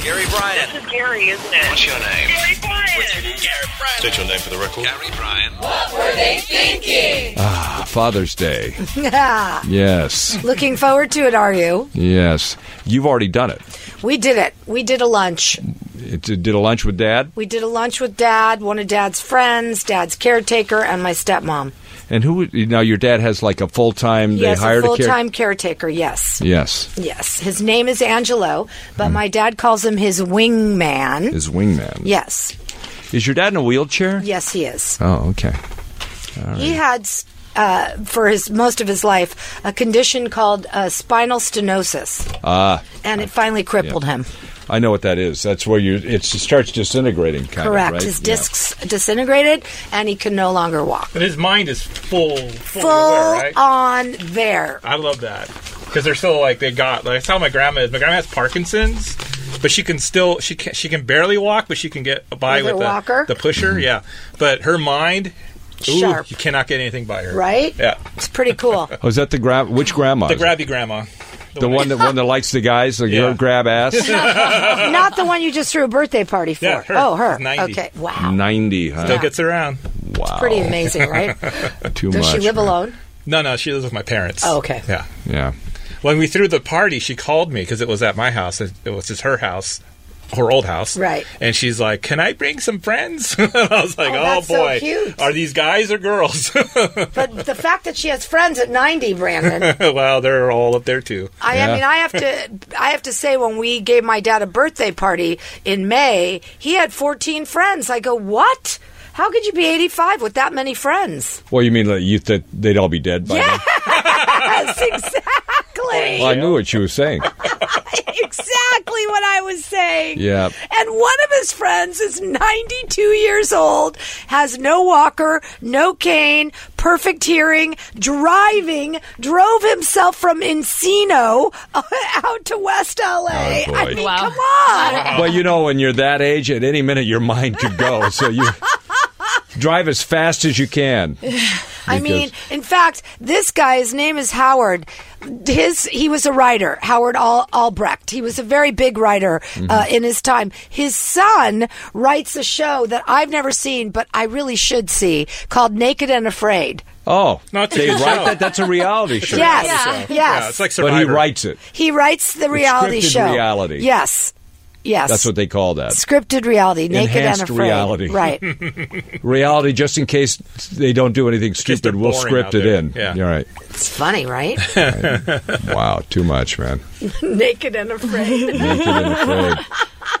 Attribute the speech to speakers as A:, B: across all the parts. A: Gary Bryan.
B: This is Gary, isn't it?
A: What's your name?
B: Gary Bryan.
A: Gary Bryan.
C: State your name for the record.
A: Gary Bryan.
D: Ah, Father's Day.
E: Yeah.
D: Yes.
E: Looking forward to it, are you?
D: Yes. You've already done it.
E: We did it. We did a lunch.
D: It did a lunch with dad.
E: We did a lunch with dad, one of dad's friends, dad's caretaker, and my stepmom.
D: And who now your dad has like a full-time
E: yes,
D: they hired
E: a full
D: care-
E: time caretaker, yes.
D: Yes.
E: Yes. His name is Angelo,
D: Mm.
E: but my dad calls him his wingman.
D: His wingman.
E: yes.
D: Is your dad in a wheelchair?
E: Yes, he is.
D: Oh, okay.
E: He had, uh, for his most of his life, a condition called uh, spinal stenosis,
D: Ah,
E: and it finally crippled him.
D: I know what that is. That's where you it starts disintegrating kind
E: Correct.
D: of, right?
E: His
D: Yeah.
E: discs disintegrated, and he can no longer walk.
F: But his mind is full, full,
E: Full
F: aware, right?
E: on there.
F: I love that because they're still like they got. Like that's how my grandma is. My grandma has Parkinson's, but she can still she can she can barely walk, but she can get by
E: With
F: with,
E: her
F: the
E: walker?
F: the pusher. Yeah, but her mind, ooh,
E: Sharp.
F: you cannot get anything by her.
E: Right?
F: Yeah,
E: It's pretty cool.
D: Oh, is that the grab which grandma?
F: the
D: is it?
F: grabby grandma.
D: the one that one that likes the guys, like
F: Yeah.
D: your grab ass.
E: Not the one you just threw a birthday party for.
F: Yeah, her.
E: Oh, her.
F: She's 90.
E: Okay. Wow.
D: 90, huh?
E: Ah.
F: Still gets around.
D: Wow.
E: Pretty amazing, right?
D: Too
E: Does
D: much.
E: she live
D: right?
E: alone?
F: No, no, she lives with my parents.
E: Oh, okay.
F: Yeah.
D: Yeah.
F: When we threw the party, she called me because it was at my house. It, it was just her house, her old house.
E: Right.
F: And she's like, "Can I bring some friends?" and I was like,
E: Oh,
F: "Oh,
E: that's so
F: boy,
E: cute.
F: are these guys or girls?"
E: But the fact that she has friends at 90, Brandon,
F: well, they're all up there too.
E: I, I
D: Yeah.
E: mean, I have to, I have to say, when we gave my dad a birthday party in May, he had 14 friends. I go, what? How could you be 85 with that many friends?
D: Well, you mean like you that they'd all be dead by now?
E: Yes, exactly.
D: Well, I knew what you were saying.
E: exactly what I was saying.
D: Yeah.
E: And one of his friends is 92 years old, has no walker, no cane, perfect hearing, driving, drove himself from Encino out to West LA.
D: Oh, boy.
E: I mean,
G: Wow.
E: come on.
D: Well, you know, when you're that age, at any minute your mind could go. So you drive as fast as you can.
E: I mean, in fact, this guy, his name is Howard. His he was a writer, Howard Al- Albrecht. He was a very big writer
D: Mm-hmm.
E: uh, in his time. His son writes a show that I've never seen, but I really should see, called Naked and Afraid.
D: Oh,
F: Not
D: they
F: to
D: write
F: yourself.
D: that. That's a reality show.
E: Yes,
G: Yeah.
E: uh, yes.
F: Yeah, it's like
D: but
F: Survivor.
D: he writes it.
E: he writes the reality
D: scripted
E: show.
D: reality.
E: Yes, yes.
D: That's what they call that.
E: scripted reality. Naked
D: Enhanced
E: and Afraid.
D: reality.
E: Right.
D: Reality, just in case they don't do anything
F: case they're
D: stupid, we'll
F: boring
D: script
F: out
D: it
F: there.
D: in.
F: Yeah.
D: All right.
E: it's funny, right?
D: Wow, too much, man.
E: Naked and Afraid.
D: Naked and afraid.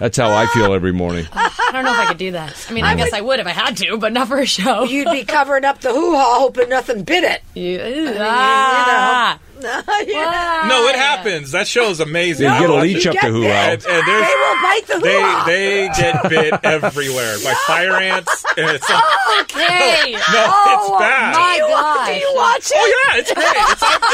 D: That's how I feel every morning.
G: I don't know if I could do that. I mean, I, guess I would if I had to, but not for a show.
E: You'd be covering up the hoo ha, hoping nothing bit it.
G: You-
E: I
G: ah.
F: No, it happens. That show is amazing.
D: They
F: I
D: get a
F: watch
D: leech
F: it.
D: up
E: Get
D: the hoo
F: And,
D: out.
F: and
E: They
F: there's,
E: will bite the hoo
F: they
E: ha.
F: they get bit everywhere by fire ants. And it's like,
G: Okay.
F: no,
E: Oh,
F: it's bad.
G: My
E: Do
G: God.
E: you watch it?
F: Oh yeah, it's great.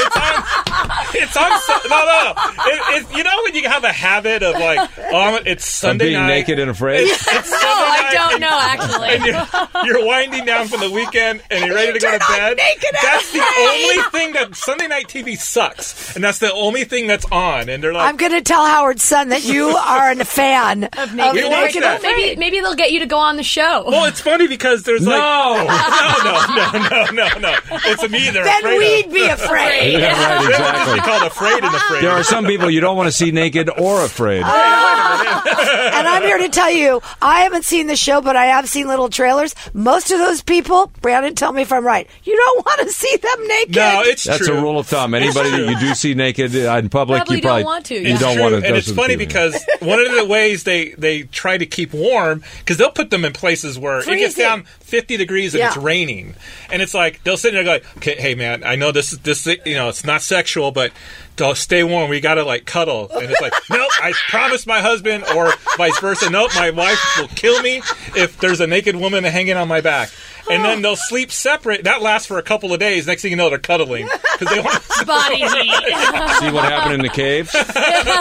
F: It's on. It's on. It's on. Su- no, no, no. It, it, you know when you have a habit of like, oh, I'm- it's
D: I'm
F: Sunday
D: being
F: night.
D: naked and afraid.
F: It's
G: No,
F: Sunday
G: I
F: night
G: don't
F: and-
G: know, actually.
F: And you're, you're winding down from the weekend, and you're ready to go
E: turn
F: to
E: on
F: bed.
E: Naked and
F: That's the
E: Afraid.
F: only thing that Sunday night TV sucks, and that's the only thing that's on. And they're like,
E: I'm going to tell Howard's son that you are a fan of Naked,
F: We like
E: Naked
F: that.
E: and
G: Maybe, maybe they'll get you to go on the show.
F: Well, it's funny because there's like
D: No.
F: no, no, no, no, no, no. It's me. They're
E: Then
F: afraid
E: we'd
F: of.
E: be afraid.
D: Yeah, right,
F: They would just be
D: exactly.
F: called afraid and afraid.
D: There are some people you don't want to see naked or afraid.
E: and I'm here to tell you, I haven't seen the show, but I have seen little trailers. Most of those people, Brandon, tell me if I'm right. You don't want to see them naked.
F: no, it's
D: That's
F: true.
D: a rule of thumb. Anybody that you do see naked in public,
G: Probably
D: you
G: don't
D: probably
G: want to,
D: You
G: yeah.
D: don't
F: True,
D: want to.
F: and it's
D: doesn't
F: funny
D: do that.
F: because one of the ways they they try to keep warm because they'll put them in places where it gets
E: Freezing.
F: down 50 degrees and
E: Yeah.
F: it's raining, and it's like they'll sit there and go, like, okay, "Hey man, I know this is this is- you know it's not sexual, but to stay warm, we gotta like cuddle." And it's like, "Nope, I promised my husband," or vice versa. "Nope, my wife will kill me if there's a naked woman hanging on my back." and then they'll sleep separate. That lasts for a couple of days. Next thing you know, they're cuddling because they want.
G: Body heat.
D: See what happened in the caves?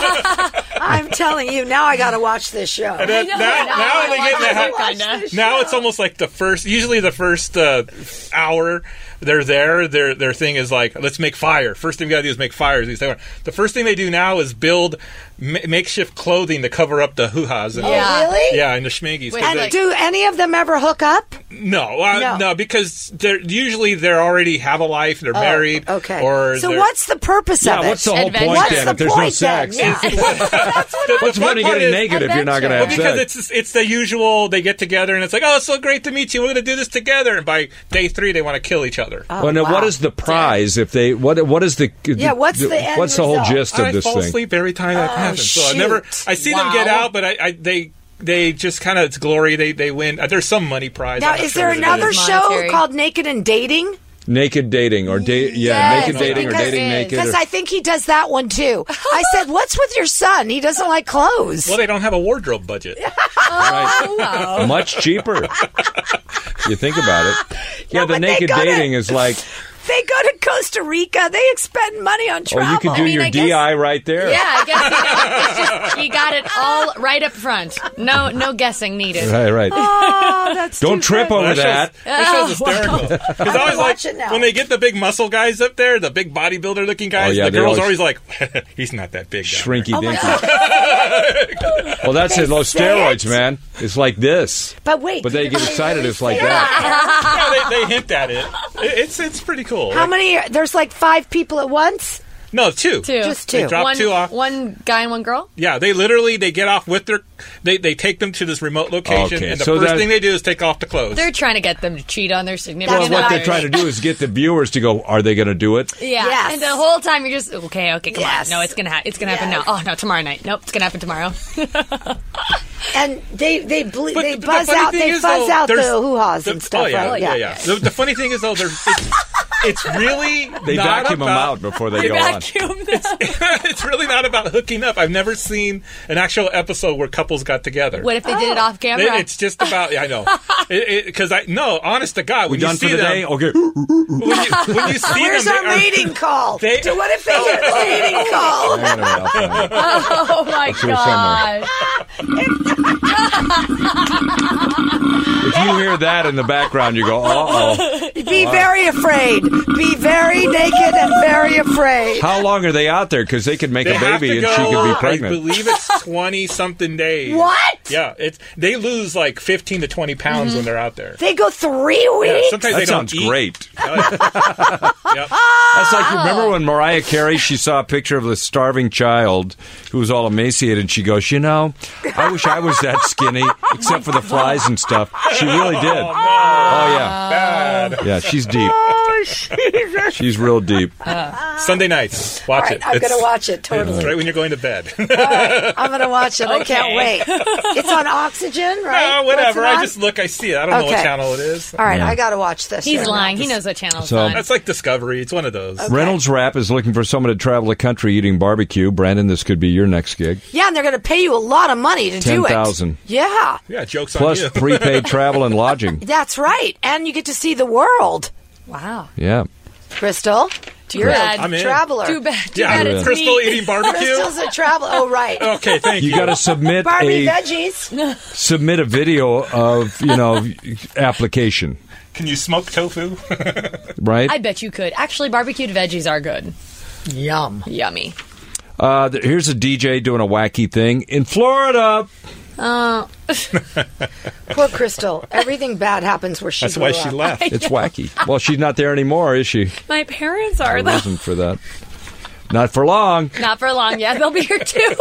E: I'm telling you, now I got to watch this show.
F: That,
G: No,
F: now, now
G: no,
F: they get
G: I
F: in the
G: like
F: ha-
G: that kinda.
F: now it's almost like the first usually the first uh, hour they're there their their thing is like let's make fire first thing we gotta do is make fires These things- the first thing they do now is build ma- makeshift clothing to cover up the hoo-has and
G: Yeah.
E: Really?
F: yeah and the schmiggies 'cause
G: Wait,
E: And
F: they-
G: like-
E: do any of them ever hook up?
F: no, uh,
E: No.
F: no because they're usually they're already have a life they're married
E: Okay.
F: or
E: so
F: they're-
E: what's the purpose
D: yeah,
E: of it?
D: what's the whole
G: Adventure.
D: point
E: What's
D: then
E: the
D: if there's no
E: point
D: sex?
E: then? Yeah.
F: the,
D: What's the
F: fun
D: point of
F: part
D: getting
F: is-
D: naked if you're not going to
G: Adventure.
D: have
F: Well, because
D: sex?
F: it's it's the usual. They get together and it's like, oh, it's so great to meet you. We're going to do this together. And by day three, they want to kill each other.
D: well, now,
E: wow.
D: what is the prize if they what what is the
E: Yeah, what's the end
D: what's the whole
E: result?
D: gist of
F: I
D: this
F: fall
D: thing?
F: asleep every time that happens. So I never.
E: Oh, shoot.
F: I see them get
G: Wow.
F: out, but I, I they they just kind of it's glory. They they win. Uh, There's some money prize.
E: Now,
F: I'm not
E: is
F: sure
E: there
F: what it
E: another
G: is.
E: show
G: Monetary.
E: called Naked and Dating?
D: Naked dating or date yeah,
E: Yes,
D: naked dating or
E: because-
D: dating naked.
E: Because
D: or-
E: I think he does that one too. I said, "What's with your son? He doesn't like clothes."
F: Well, they don't have a wardrobe budget.
D: right.
G: wow.
D: much cheaper. you think about it. Yeah,
E: No,
D: the
E: but they
D: naked
E: gotta-
D: dating is like,
E: They go to Costa Rica. They expend money on
D: oh,
E: travel.
D: you could do
G: mean,
D: your
G: I guess-
D: DI right there.
G: Yeah, I guess you know, it's just, he got it all right up front. No, no guessing needed.
D: Right, right.
E: Oh, that's
D: Don't
E: too
D: trip
E: funny.
D: over Oh, that.
F: Show's, that show's hysterical. Because I
E: have to
F: was like,
E: watch it now.
F: when they get the big muscle guys up there, the big bodybuilder looking guys,
D: Oh, yeah,
F: the
D: they
F: girls are
D: always-
F: always like, he's not that big. down
D: Shrinky
E: my
D: dinky. well, that's it. Those
E: They say
D: steroids,
E: it.
D: man. It's like this.
E: But wait,
D: But they get excited. It's like that.
F: there." Yeah, they, they hint at it. it. It's it's pretty cool.
E: How many? are- There's like five people at once.
F: No, two.
G: Two.
E: Just two. They
F: drop
G: one,
F: two off.
G: One guy and one girl.
F: Yeah, they literally they get off with their they they take them to this remote location
D: Okay,
F: and the
D: so
F: first
D: that-
F: thing they do is take off the clothes.
G: They're trying to get them to cheat on their
D: Well,
G: significant
E: That's
D: what
G: other.
D: they're trying to do is get the viewers to go, are they going to do it?
G: Yeah,
E: Yes.
G: and the whole time you're just okay, okay, come
E: Yes.
G: on. No, it's gonna happen. It's gonna happen
E: Yes.
G: now. Oh no, tomorrow night. Nope, it's gonna happen tomorrow.
E: And they they ble-
F: But
E: they
F: the- the
E: buzz
F: funny
E: out.
F: thing
E: They
F: is,
E: buzz
F: though,
E: out the
F: there's-
E: hoo ha's
F: the-
E: and stuff.
F: Oh yeah,
E: right?
F: yeah, yeah. The, the funny thing is though, they're, it's, it's really
D: They
F: not
D: vacuum them
F: about-
D: out before they go on.
G: Vacuum them.
F: it's really not about hooking up. I've never seen an actual episode where couples got together.
G: What if they did it off
F: It-
G: camera?
F: it's just about yeah, I know because I no honest to God
D: We
F: when you
D: done for
F: see
D: the
F: them
D: day? Okay.
F: when you, when you see
E: Where's
F: them
E: our
F: they are-
E: mating call?
F: They- Oh.
E: to what if they get a mating call?
D: Hang on a minute, I'll find it.
G: oh my
D: here somewhere.
G: god!
D: If you hear that in the background, you go, uh oh.
E: Be very afraid. Be very naked and very afraid.
D: How long are they out there? Because they could make
F: they
D: a
F: have
D: baby
F: to
D: and
F: go,
D: she could be
F: I
D: pregnant.
F: believe it's twenty something days.
E: What? Mm-hmm.
F: Yeah, it's they lose like fifteen to twenty pounds when they're out there.
E: They go three
F: Yeah,
E: weeks.
F: sometimes they
D: That
F: don't
D: sounds
F: eat.
D: great.
F: Yep.
D: That's like remember when Mariah Carey she saw a picture of the starving child who was all emaciated. She goes, you know, I wish I was that skinny, except for the flies and stuff. She really did. Oh, yeah,
E: Oh.
F: Bad.
D: yeah. She's deep. She's real deep.
F: Sunday nights, watch
E: All right,
F: it.
E: I'm
F: It's-
E: gonna watch it
F: It's
E: totally.
F: right when you're going to bed.
E: I'm gonna watch it. I can't
G: Okay.
E: wait. It's on Oxygen, right?
F: Ah,
E: What's
F: whatever.
E: it
F: I
E: on?
F: just look. I see it. I don't know
E: Okay.
F: what channel it is.
E: All right, I gotta watch this.
G: He's
E: Yeah.
G: lying. He knows what channel it's
D: So-
G: on.
F: That's like Discovery. It's one of those.
D: Reynolds Rap is looking for someone to travel the country eating barbecue. Brandon, this could be your next gig.
E: Yeah, and they're gonna pay you a lot of money to do it.
D: 10,000.
E: Yeah,
F: Yeah, jokes
D: Plus
F: on you.
D: prepaid travel and lodging.
E: that's right. And you get to see the world,
G: Wow.
D: Yeah.
E: Crystal.
G: Too
E: You're
G: bad.
E: a
F: I'm in.
E: traveler.
G: Too bad. Too
F: yeah,
G: bad it's
F: Crystal
G: me.
F: eating barbecue.
E: Crystal's a traveler. Oh, right.
F: okay, thank you.
D: You got to submit
E: Barbie
D: a
E: veggies.
D: submit a video of you know application,
F: Can you smoke tofu?
D: right?
G: I bet you could. Actually, barbecued veggies are good.
E: Yum.
G: Yummy.
D: Uh, th- here's a DJ doing a wacky thing in Florida.
G: Uh,
E: Poor Crystal. Everything bad happens where she.
F: That's why
E: grew
F: she
E: up.
F: left.
D: It's wacky. Well, she's not there anymore, is she?
G: my parents are though.
D: Reason for that. Not for long.
G: Not for long. Yeah, they'll be here too.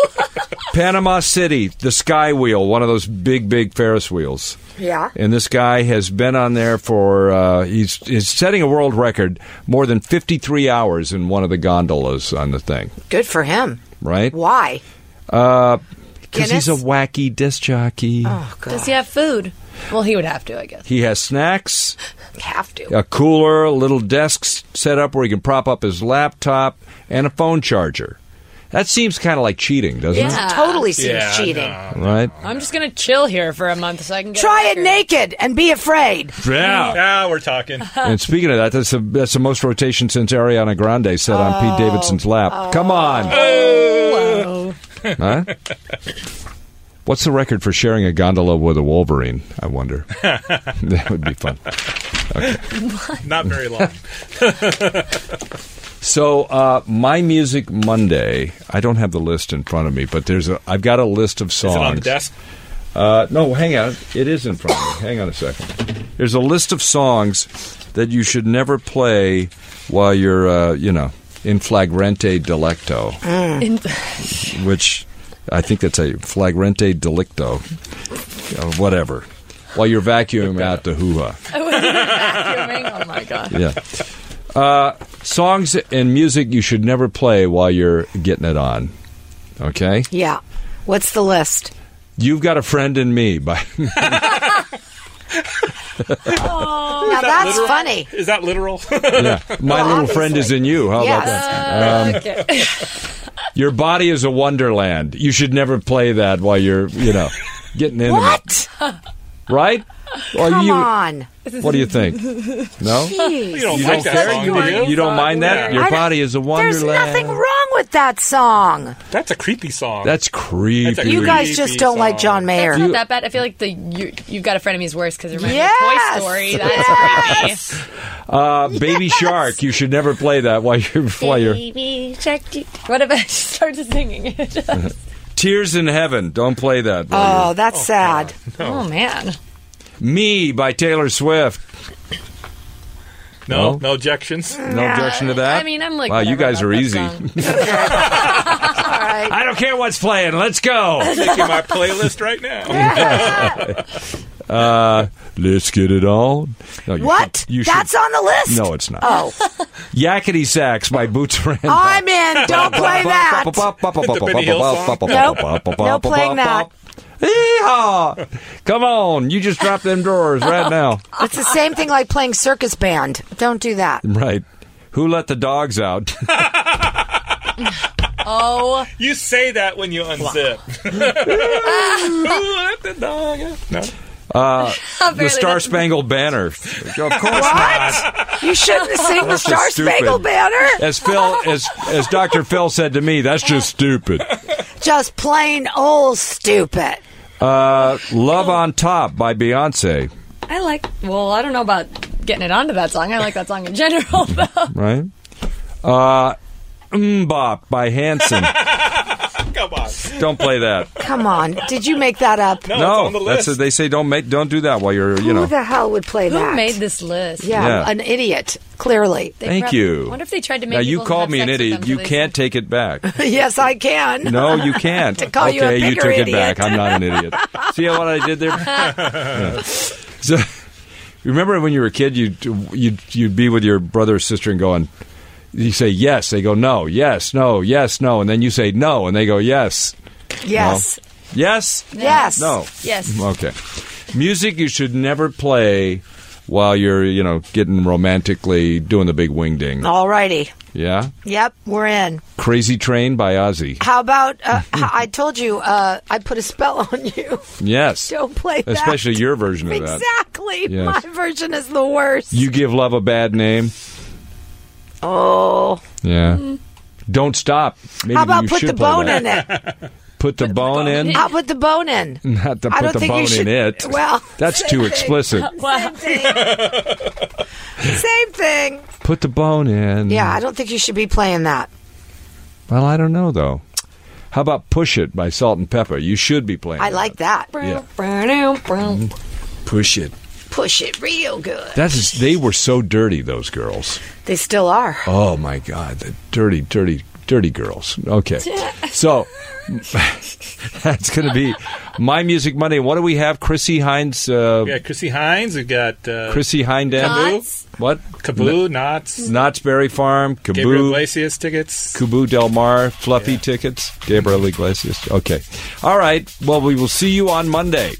D: Panama City, the Sky Wheel, one of those big, big Ferris wheels.
E: Yeah.
D: And this guy has been on there for, uh, he's, he's setting a world record, more than 53 hours in one of the gondolas on the thing,
E: Good for him.
D: right?
E: Why?
D: Because he's a
E: Guinness?
D: wacky disc jockey.
E: Oh, God.
G: Does he have food? Well, he would have to, I guess.
D: He has snacks.
E: have to?
D: a cooler, a little desk set up where he can prop up his laptop, and a phone charger. That seems kind of like cheating, doesn't
G: Yeah.
E: It totally seems
F: Yeah,
E: cheating.
F: no.
D: it? Right?
G: I'm just gonna chill here for a month so I can get
E: Try
G: a
E: it
G: record.
E: naked and be afraid.
D: Yeah.
F: Ah, we're talking.
D: and speaking of that, that's the that's the most rotation since Ariana Grande sat on Pete Davidson's lap. Come on,
G: Whoa.
D: huh? What's the record for sharing a gondola with a Wolverine? I wonder. that would be fun.
F: Not very long.
D: So, uh, my music Monday. I don't have the list in front of me, but there's a. I've got a list of songs.
F: Is it on the desk?
D: Uh, no, hang on. It is in front of me. Hang on a second. There's a list of songs that you should never play while you're, uh, you know, in flagrante delicto, which I think that's a flagrante delicto, uh, whatever, while you're vacuuming out the hoo ha.
G: Vacuuming? Oh my god.
D: Yeah. Uh, songs and music you should never play while you're getting it on. Okay?
E: Yeah. What's the list?
D: You've Got a Friend in Me by.
E: now that's
F: literal?
E: funny.
F: Is that literal?
D: Yeah. My
E: Well,
D: little friend is
E: obviously.
D: in you. How about
E: Yes.
D: that?
G: Okay.
D: Your body is a wonderland. You should never play that while you're, you know, getting into
E: What?
D: it. Right? Or
E: Come
D: you,
E: on.
D: What do you think? No?
F: you
E: Jeez.
F: don't
D: You
F: like
D: don't
F: that
D: care?
F: song,
D: You,
F: do
D: don't-
F: you?
D: you don't mind that?
G: Yeah.
D: Your
E: I don't-
D: body is a
E: There's
D: wonderland.
E: nothing wrong with that song.
F: That's a creepy song.
D: That's creepy.
F: That's a
E: You
F: Creepy
E: guys just don't like
F: song.
E: John Mayer.
G: That's not that bad. I feel like the you, you've got a friend of me is worse because it reminds
E: Yes!
G: me of Toy Story. That's
E: Oh, Yes!
G: creepy.
D: uh, Baby Shark. You should never play that while you're, while you're.
G: Baby shark. do- What if I just started singing it?
D: Tears in Heaven. Don't play that. while
E: Oh, that's sad.
G: Oh man.
D: you're- Me by Taylor Swift.
F: no,
D: No?
F: no objections.
D: No objection to that.
G: I mean, I'm like.
D: Wow, you
G: whatever
D: guys
G: about
D: are
G: that
D: easy.
G: song.
E: All right.
D: I don't care what's playing. Let's go.
F: Making my playlist right now.
D: Let's get it on. No, you
E: What?
D: should- you should-
E: that's on the list?
D: No, it's not.
E: Oh,
D: Yakety Sax by Boots Randall.
E: I'm in. Don't play that. Nope. No playing that.
D: Yeehaw! Come on, you just drop them drawers right now.
E: It's the same thing like playing circus band. Don't do that.
D: Right. Who let the dogs out?
G: Oh,
F: You say that when you unzip. Who let the dog out? No.
D: the Star Spangled Banner. Of course not.
E: You shouldn't sing the
D: That's just
E: Star
D: stupid.
E: Spangled Banner.
D: As Phil, as as Doctor Phil said to me, that's just stupid.
E: Just plain old stupid.
D: Uh, Love on Top by Beyonce.
G: I like. Well, I don't know about getting it onto that song. I like that song in general, though.
D: Right. Uh, Mbop by Hanson.
F: Come on.
D: Don't play that.
E: Come on. Did you make that up?
F: No, it's on the
D: No, that's
F: list.
D: a, they say don't make don't do that while you're you
E: Who
D: know.
E: the hell would play that?
G: Who made this list?
E: Yeah,
D: Yeah.
E: an idiot, clearly.
G: They
D: Thank
G: prob-
D: you.
G: I wonder if they tried to make
D: Now you
G: people
D: called
G: have
D: me an
G: sex with
D: idiot.
G: them
D: You
G: so they-
D: can't take it back.
E: yes, I can.
D: No, you can't.
E: call
D: okay,
E: you a
D: you
E: bigger
D: took it
E: idiot.
D: back. I'm not an idiot. See what I did there? Yeah. So, remember when you were a kid, you you'd, you'd be with your brother or sister and going. You say yes, they go no, yes, no, yes, no, and then you say no, and they go yes,
E: Yes.
D: yes,
E: Yes.
D: no,
G: Yes.
D: Okay. Music you should never play while you're, you know, getting romantically doing the big wing ding.
E: All righty.
D: Yeah?
E: Yep, we're in.
D: Crazy Train by Ozzy.
E: How about uh, I told you uh, I put a spell on you.
D: Yes.
E: Don't play that.
D: Especially your version of that.
E: Exactly.
D: Yes.
E: My version is the worst.
D: You give love a bad name.
E: oh.
D: Yeah. Don't stop. Maybe
E: How about
D: you
E: put
D: should
E: the
D: play
E: bone
D: that.
E: in it?
D: Put the bone in.
E: How put the bone in?
D: Not to
E: I
D: put
E: don't
D: the
E: think
D: bone
E: you should.
D: in it.
E: Well,
D: That's
E: same
D: too
E: thing.
D: explicit.
E: Same thing. same thing.
D: Put the bone in.
E: Yeah, I don't think you should be playing that.
D: Well, I don't know though. How about Push It by Salt and Pepper? You should be playing.
E: I like that.
D: Yeah.
G: Brown.
D: Push It.
E: Push it real good.
D: That is they were so dirty those girls.
E: They still are.
D: Oh my God, the dirty, dirty, dirty girls. Okay, so that's going to be my music Monday. What do we have? Chrissy Hines, uh,
F: We got Chrissy Hines. We've got uh,
D: Chrissy Hindam.
G: Knots.
D: What?
F: Kaboo, Knots,
D: Knott's Berry Farm,
F: Gabriel
D: Kaboo,
F: Iglesias tickets.
D: Kaboo Del Mar, Fluffy tickets, Gabriel Iglesias. Okay, all right. Well, we will see you on Monday.